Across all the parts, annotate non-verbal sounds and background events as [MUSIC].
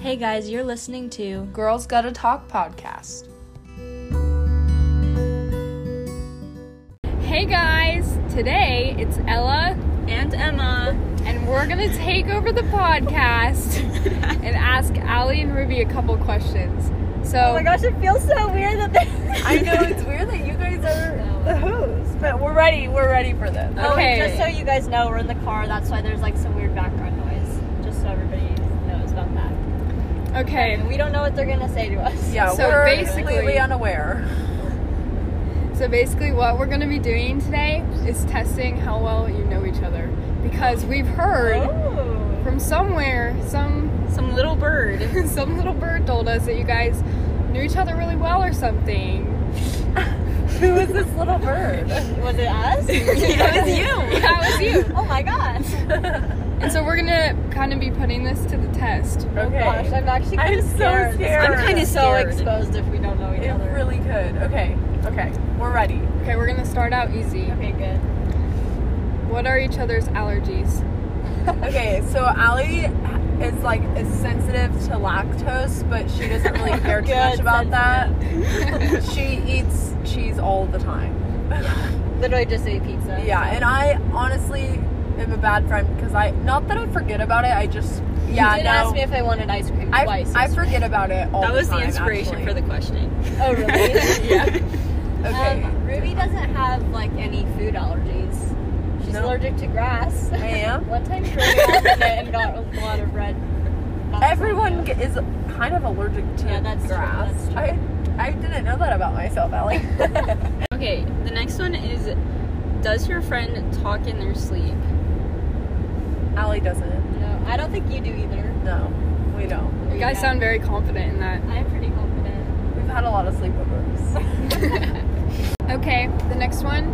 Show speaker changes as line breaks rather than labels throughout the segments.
Hey guys, you're listening to
Girls Gotta Talk podcast.
Hey guys, today it's Ella
and Emma.
and we're gonna take over the podcast
[LAUGHS]
and ask Allie and Ruby a couple questions. So
Oh my gosh, it feels so weird that they.
I know
[LAUGHS]
it's weird that you guys are the host, but we're ready. We're ready for this.
Oh, and
Okay.
just so you guys know, we're in the car. That's why there's like some weird background noise. Just so everybody knows about that.
[LAUGHS] okay,
And we don't know what they're gonna say to us.
[LAUGHS] Yeah,
So
we're
basically-
completely unaware.
so basically what we're gonna be doing today is testing how well you know each other because we've heard
Oh.
from somewhere some
Some little bird.
some little bird told us that you guys knew each other really well or something.
Who is this little
[LAUGHS]
bird?
Was it us?
That
[LAUGHS]
[LAUGHS]
was you.
That was you.
oh my gosh.
And so we're gonna kind of be putting this to the test.
Oh gosh, I'm actually
I'm
kind of
so
scared. This
scared.
could
I'm
be
kinda
so
scared.
exposed if we don't know each
It
other.
really could. Okay. Okay. We're ready.
Okay, we're gonna start out easy.
okay, good.
What are each other's allergies?
Okay, so Allie is like is sensitive to lactose, but she
[LAUGHS]
doesn't really care too
Good
much about that. she eats cheese all the time.
Literally just ate pizza.
Yeah, and I honestly am a bad friend because I not that I forget about it. I just yeah
You did
no.
ask me if I wanted ice cream
I,
twice.
I forget about it all
That
the
was
time.
the inspiration for the questioning.
oh really?
the okay.
Um, Ruby doesn't have like any food allergies. She's
Nope.
allergic to
[LAUGHS]
grass.
I am.
One time she ran off in it and got a lot of red. not
Everyone
so
g- is kind of allergic to
Yeah, that's true,
grass.
that's true.
I I didn't know that about
[LAUGHS]
myself, Allie. [LAUGHS]
Okay, the next one is Does your friend talk in their sleep?
Allie doesn't.
good. No, I don't think you do either.
No, we don't.
You guys
Yeah.
sound very confident in that.
I'm pretty
[LAUGHS]
confident.
We've had a lot of sleepovers.
[LAUGHS]
Okay, the next one.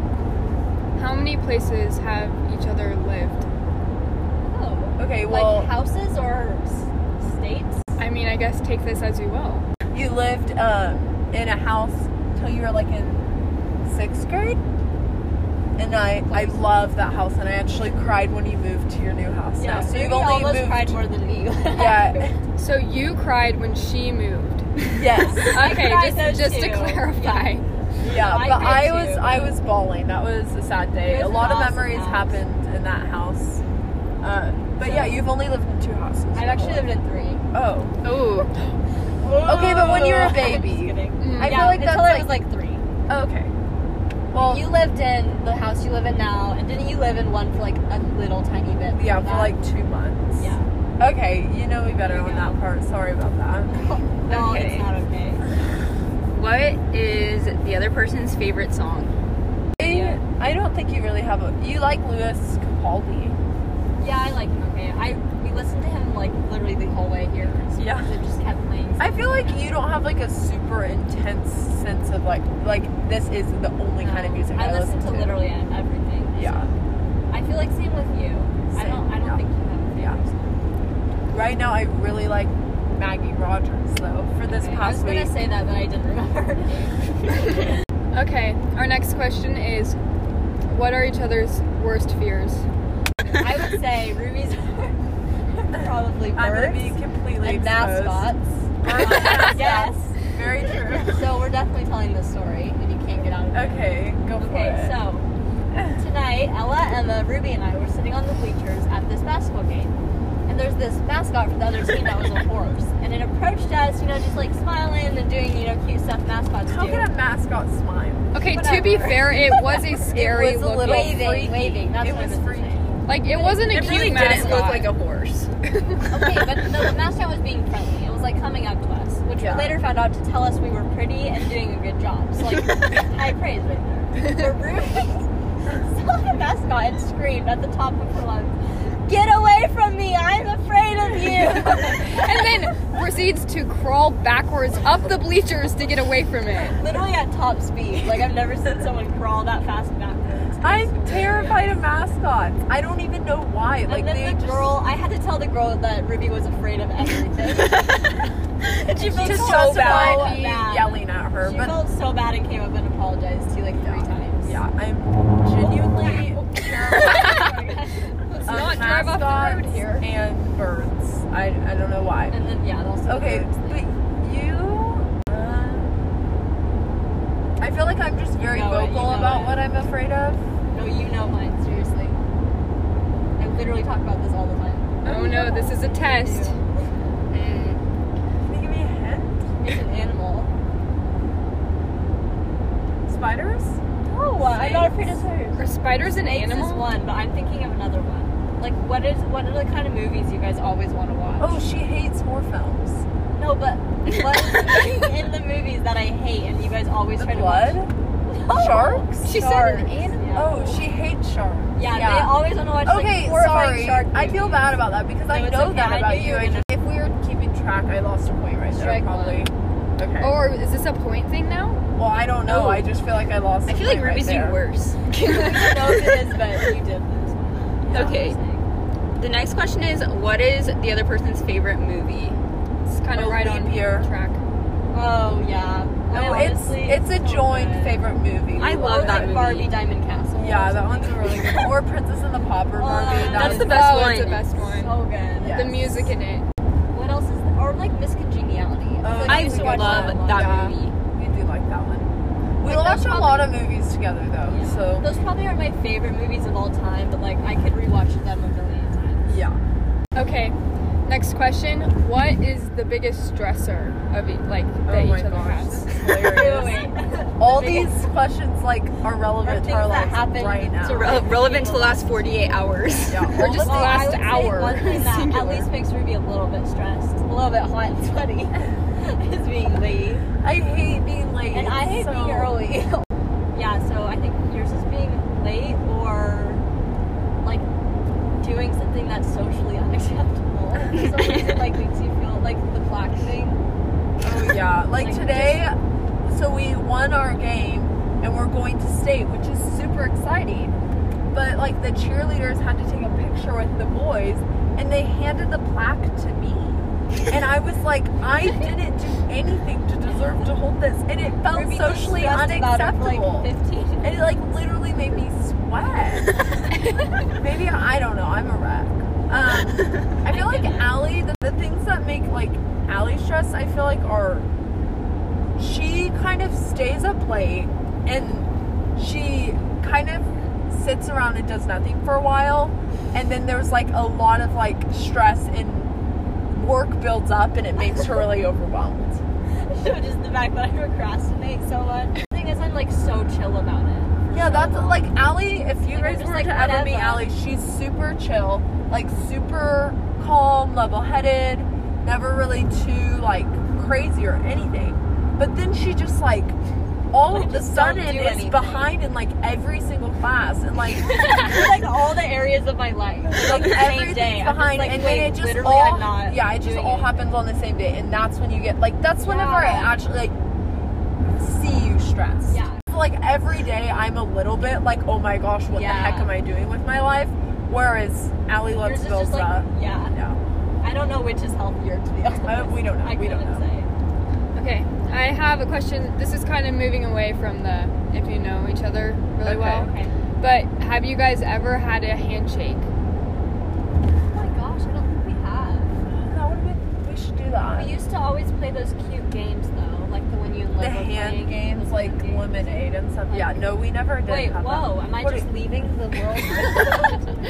How many places have each other lived?
Oh.
Okay, well,
like houses or s- states?
I mean, I guess take this as you will.
you lived um, in a house till you were like in sixth grade, and I I love that house, and I actually cried when you moved to your new house. now. so
Ruby
you've only
almost
moved.
cried more than you.
[LAUGHS] Yeah.
So you cried when she moved.
yes.
Okay,
cried
just,
though,
just to
too.
clarify.
Yeah,
I
but
did
I was
too.
I was bawling. That was a sad
It
day.
was
A
an
lot of
awesome
memories
house.
happened in that house. Uh, but yeah, you've only lived in two houses.
[LAUGHS] I've actually lived in three.
Oh,
Oh,
Okay, but when you're
[LAUGHS]
a
I'm just
baby.
kidding.
Mm.
I
yeah,
feel like
until
that's
I was like three.
oh, okay. Well,
you lived in the house you live in now, and didn't you live in one for like a little tiny bit?
yeah,
before
for
that?
like two months.
Yeah.
Okay, you know me better
There you
on
go.
that part. Sorry about that.
No,
Okay.
it's not okay.
Hmm.
What is the other person's favorite song?
I, I don't think you really have a. You like Louis Capaldi.
Yeah, I like him. Okay, I we listened to him like literally the whole way here. So
Yeah.
it just kept playing.
I feel like you don't have like a super intense sense of like like this is the only kind of music I,
I listen to literally everything.
Yeah.
I feel like same with you. I
Same,
don't. I don't
yeah.
think you have a favorite
Yeah.
song.
Right now, I really like Maggie Rogers though. For this
Okay, I was
past
gonna
week,
say that, but I didn't remember.
Okay, our next question is what are each other's worst fears?
[LAUGHS] I would
[LAUGHS]
say Ruby's [LAUGHS] are probably
I'm gonna
birds
be completely
and
exposed.
mascots.
[LAUGHS] Birds and
Uh,
mascots.
yes.
Very [LAUGHS] true.
So we're definitely telling this story, and you can't get out of it.
Okay, go for
Okay,
it.
so tonight, Ella, Emma, Ruby, and I were sitting on the bleachers at this basketball game. And there's this mascot for the other team that was a horse. And it approached us, you know, just like smiling and doing, you know, cute stuff mascots
How
do.
can a mascot smile?
Okay, to be
Whatever.
fair, it was a scary
was a
looking.
little-
waving,
freaky.
waving. That's
It
what
was
I meant to
freaky.
say.
like, it wasn't a cute mascot.
a horse.
Okay, but no, the [LAUGHS] mascot was being friendly. It was like coming up to us, which
Yeah.
we later found out to tell us we were pretty and doing a good job. So like,
[LAUGHS]
high praise right there. But Ruby [LAUGHS] saw the mascot and screamed at the top of her lungs, "Get away from me! I'm afraid of you!"
[LAUGHS] and then proceeds to crawl backwards up the bleachers to get away from
[LAUGHS]
it.
Literally at top speed. Like I've never seen someone crawl that fast backwards.
I'm terrified of mascots. I don't even know why. Like
and then
they
the
just
girl, I had to tell the girl that Ruby was afraid of
[LAUGHS]
everything. and she felt
just
so,
so
bad.
bad. Me yelling at her,
She
but
felt so bad and came up and apologized to you like three times.
yeah, I'm genuinely. terrified.
Yeah.
Let's
of
not drive off the road
mascots
here.
And birds. I, I don't know why.
[LAUGHS] And then yeah, also
Okay, but you. uh, I feel like I'm just very
know it, you
vocal
know
about
it.
what I'm afraid of.
no, you know mine seriously. I literally talk about this all the time.
Oh no, this is a test. Mm.
Can you give me a hint?
It's an animal.
Spiders?
No, I'm not afraid of spiders.
Are spiders an
Snakes is
animal?
one, but I'm thinking of another one. Like, what is what are the kind of movies you guys always want to watch?
Oh, she hates war films.
no, but what is the
[LAUGHS]
thing in the movies that I hate and you guys always
The
try to
blood? Oh,
watch? No.
Sharks?
She said an
Sharks.
animal.
Yeah.
Oh, she hates sharks.
yeah, they always want to watch like,
okay,
horrifying
sorry.
shark.
I feel
movies.
bad about that because
No,
I
it's
know
okay.
that
I
about
knew
you.
you were
And if we were keeping track, I lost a point right there.
Strike one.
Probably. Okay.
Or is this a point thing now?
well, I don't know.
Oh.
I just feel like I lost.
I
a
feel like
point right
Ruby's doing
there.
I
worse.
don't know if it is, but you did this.
Okay. The next question is what is the other person's favorite movie?
It's kind of
Oh,
right
leap
on
year.
track.
Oh yeah. I
No, it's
honestly-
it's a
so
joint
good.
favorite movie.
I
Or
love
Or,
that
like,
movie.
Barbie Diamond Castle.
Yeah, that one's a really good. one. Or Princess and the Pauper movie.
Oh,
that
That's
was-
the best
oh,
one.
It's the best one.
So good.
Yeah.
The music in it.
What else is there? Or like Miss Congeniality.
Oh,
Like,
I
used to
watch
love
that
that,
one. Yeah.
movie.
We do like that one. We
Like,
watch
that's
a lot of movies together though,
Yeah.
so
Those probably are my favorite movies of all time, but like I could rewatch them a million
[LAUGHS]
times.
yeah.
Okay. Next question. What is the biggest stressor of e- like that
oh my
each other
gosh,
has?
this is hilarious. All these questions like are relevant to
things
our
that
lives
happen
right now.
to re-
Re- Uh, relevant to the last 48 hours.
yeah,
Or
all
just
the-
Well,
the
I
last
would say
hour.
One thing [LAUGHS] that at
[LAUGHS]
Singular.
least makes Ruby a little bit stressed, a little bit hot and sweaty, [LAUGHS] is being late.
I hate being late.
And I hate
so-
being early. [LAUGHS] yeah, so I think yours is being late or like doing something that's socially unacceptable. [LAUGHS] Something that
[LAUGHS]
like makes you feel like the clock thing.
Oh yeah, like,
Like,
today. So we won our game, and we're going to state, which is super exciting. But like the cheerleaders had to take a picture with the boys, and they handed the plaque to me, and I was like, I didn't do anything to deserve to hold this, and it felt
Ruby gets
socially
stressed about it for,
unacceptable.
like 15.
[LAUGHS] and it like literally made me sweat. Maybe I don't know. I'm a wreck. Um, I feel like Allie. The, the things that make like Allie stressed, I feel like are she kind of stays up late and she kind of sits around and does nothing for a while, and then there's like a lot of like stress and work builds up, and it makes her really overwhelmed.
So just the fact that I procrastinate so much. The thing is, I'm like so chill about
[LAUGHS]
it.
Yeah, that's like Allie. If you
Like,
guys
just,
were
like,
to ever meet
whatever.
Allie, she's super chill, like super calm, level-headed, never really too like crazy or anything. But then she just like all
Like,
of a
just don't
sudden
do
is
anything.
behind in like every single class and like
like all the areas of my life. Like
like
the same
everything's
day. I'm just,
behind,
like,
and
wait,
then it just
literally,
all
I'm not.
yeah, it just
doing
all
it.
happens on the same day, and that's when you get like that's whenever I
Yeah.
actually like see you stressed.
Yeah.
So, like every day, I'm a little bit like, oh my gosh, what
Yeah.
the heck am I doing with my life? Whereas Allie
Yours
loves
is
builds
just like
up.
yeah.
Yeah,
I don't know which is healthier to be honest.
Uh, we don't know.
I
we don't know.
couldn't say.
Okay, I have a question. This is kind of moving away from the if you know each other really
Okay.
well.
Okay.
But have you guys ever had a handshake?
Oh my gosh, I don't think we have.
That would have been. We should do that.
We used to always play those cute games though, like the one you and
the
Liv were playing,
hand games,
the
like
hand games.
lemonade and stuff.
Like-
yeah. No, we never did.
Wait,
have
whoa! Am I
What
just
are-
leaving
[LAUGHS]
the world?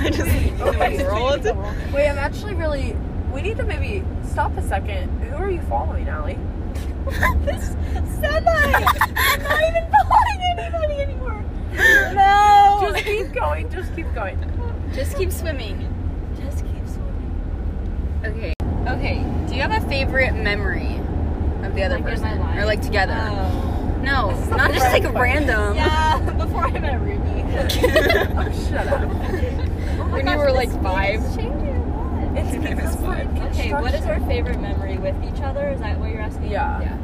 I just
Okay.
rolled.
That. Wait, I'm actually really. We need to maybe stop a second. Who are you following, Allie?
this semi. [LAUGHS] I'm not
[LAUGHS]
even following anybody anymore. No.
Just keep going. Just keep going.
Just keep swimming.
Just keep swimming.
Okay. Okay. Do you have a favorite memory of the other
Like, in my
person?
life?
Or like together?
[LAUGHS]
Oh.
no, [LAUGHS] not just like random.
Yeah. Before I met Ruby.
Oh, shut up.
Oh my
When
gosh,
you were,
this
like,
meeting
five?
is changing a lot.
It's because we're in
Okay, what is
construction.
our favorite memory with each other? Is that what you're asking?
Yeah.
Yeah.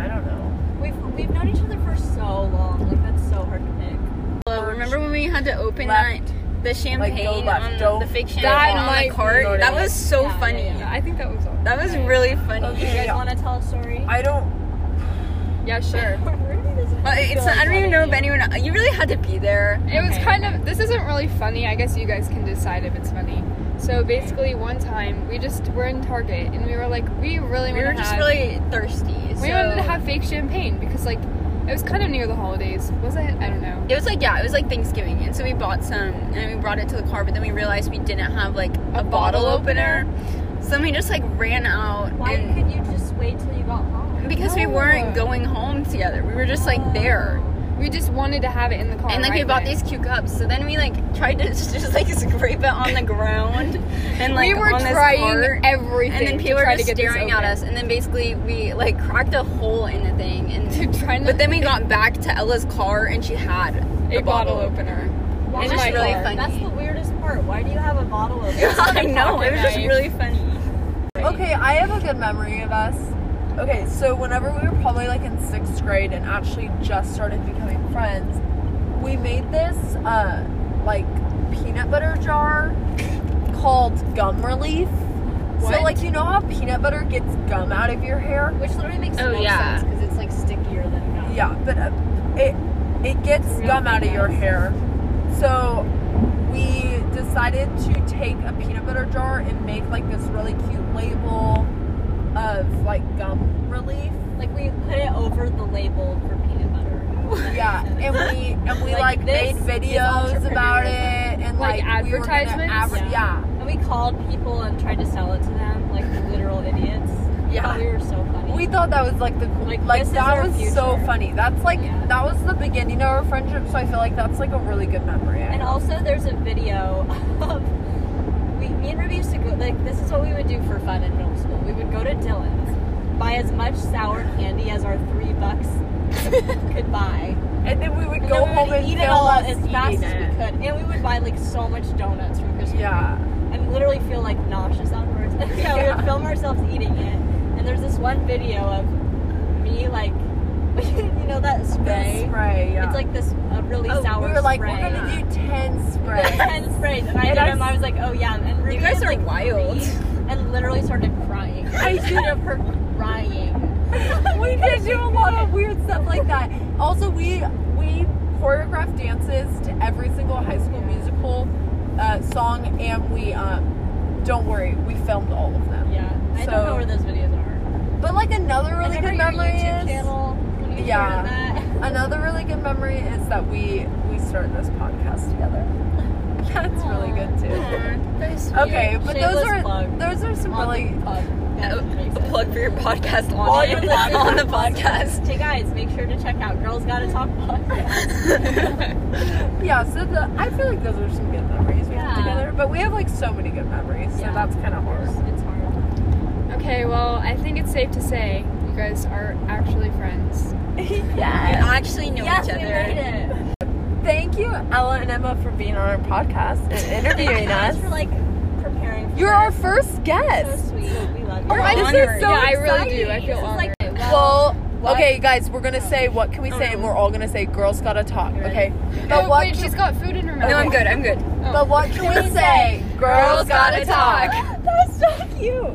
I don't know.
We've we've known each other for so long. Like that's so hard to pick.
[LAUGHS] Well, remember when we had to open
Left.
that the champagne
left.
on
Don't-
the fake
That
champagne on
might
the
be
cart?
what
That
it
was so
Yeah, yeah,
funny.
yeah.
I think that was all.
That was really funny.
You
Okay.
guys
Yeah.
want to tell a story?
I don't.
Yeah, sure.
Ruby doesn't
But it's not, I don't even know if anyone. You really had to be there.
It was
Okay.
kind of this isn't really funny. I guess you guys can decide if it's funny. So basically, one time we just were in Target and we were like, we really
We
want
were
to
just
have,
really thirsty.
we
so-
wanted to have fake champagne because like it was kind of near the holidays, was it? I don't know.
It was like yeah, it was like Thanksgiving, and so we bought some and we brought it to the car, but then we realized we didn't have like a, bottle,
bottle
opener. so then we just like ran out
Why
and
could you just wait till you got home?
because we
No.
weren't going home together, we were just like there,
We just wanted to have it in the car.
and like we
right
bought
then.
these cute cups. So then we like tried to [LAUGHS] just, just, like scrape it on the ground, and like
we were
on this
trying
cart.
everything.
and then people
to
were
try
just
to get this
staring at
open.
us, and then basically we like cracked a hole in the thing,
[LAUGHS]
and
[LAUGHS] to try not.
but then we got back to Ella's car, and she had
a
the
bottle opener.
Why
It's
just
my
really
God.
funny.
That's the weirdest part. Why do you have a bottle of it?
[LAUGHS] I know it was just
Nice.
really funny.
Okay, I have a good memory of us. Okay, so whenever we were probably like in sixth grade and actually just started becoming friends, we made this uh, like peanut butter jar called gum relief. So
What?
like you know how peanut butter gets gum out of your hair?
Which literally makes
Oh,
no
yeah.
sense because it's like stickier than gum.
Yeah, but uh, it it gets
Real
gum out of your
peanuts.
hair. So we decided to take a peanut butter jar and make like this really cute label of like gum relief.
Like we put it over the label for peanut butter. [LAUGHS]
[LAUGHS]
Yeah, and we and we like,
Like,
made
this is
videos about it
entrepreneurism.
and like,
Like
we were gonna
advertisements?
adver- yeah.
And we called people and tried to sell it to them, like literal idiots.
Yeah.
We were so funny.
We thought that was like the cool, like,
Like, this is
that
our
was so
future.
funny. That's like
Yeah.
that was the beginning of our friendship, so I feel like that's like a really good memory. I
And
have.
also, there's a video of we, me and Ruby used to go. Like, this is what we would do for fun in middle school. We would go to Dylan's, buy as much sour candy as our three bucks [LAUGHS] could buy,
and then we would
and
go
then we
home
would
and
eat it
film
all
us
as
eating
fast as we
it.
could. And we would buy like so much donuts from Christmas.
Yeah.
and literally feel like nauseous afterwards. [LAUGHS] yeah, we
Yeah.
would film ourselves eating it. And there's this one video of me like, [LAUGHS] you know that spray.
Spray, yeah.
It's like this a really
Oh,
sour.
we were like,
spray.
we're gonna do
[LAUGHS]
ten sprays.
ten sprays, and I
And
did
I
them. I was like, oh yeah, and Ruby
guys
was,
are
like,
wild.
three, and literally started crying.
I
did of her [LAUGHS] crying.
we did do a lot of weird stuff like that. Also, we we choreographed dances to every single high school musical uh, song, and we um, don't worry, we filmed all of them.
Yeah, I don't
So-
know where those videos are.
But like another really
Remember your
good memory
YouTube
is
channel. When you shared
Yeah.
that?
another really good memory is that we we started this podcast together. [LAUGHS] That's really good too. Okay,
Shameless
but those are
plug.
those are some really
Plug. That makes
A
sense.
plug for your podcast on,
All your listeners
[LAUGHS] on the
have
podcast.
Hey guys, make sure to check out Girls Gotta Talk podcast.
yeah. So the I feel like those are some good memories we have
Yeah.
together. But we have like so many good memories, so
Yeah.
that's kind of hard.
It's hard.
Okay, well, I think it's safe to say you guys are actually friends.
We
yes.
actually know
yes,
each other.
we made it.
Thank you, Ella and Emma, for being on our podcast and [LAUGHS] interviewing us.
Thanks for like preparing. For
You're
this.
our first guest.
So sweet. We love you.
Oh, I just
honored.
am so
yeah, I
excited.
really do. I feel
This is
honored.
like
Well, okay, guys, we're gonna say what can we say, and we're all gonna say girls gotta talk. Okay, but
oh,
what?
wait,
can-
she's got food in her mouth.
No, I'm good. I'm good.
but what can we say? Girls gotta talk.
that's so cute.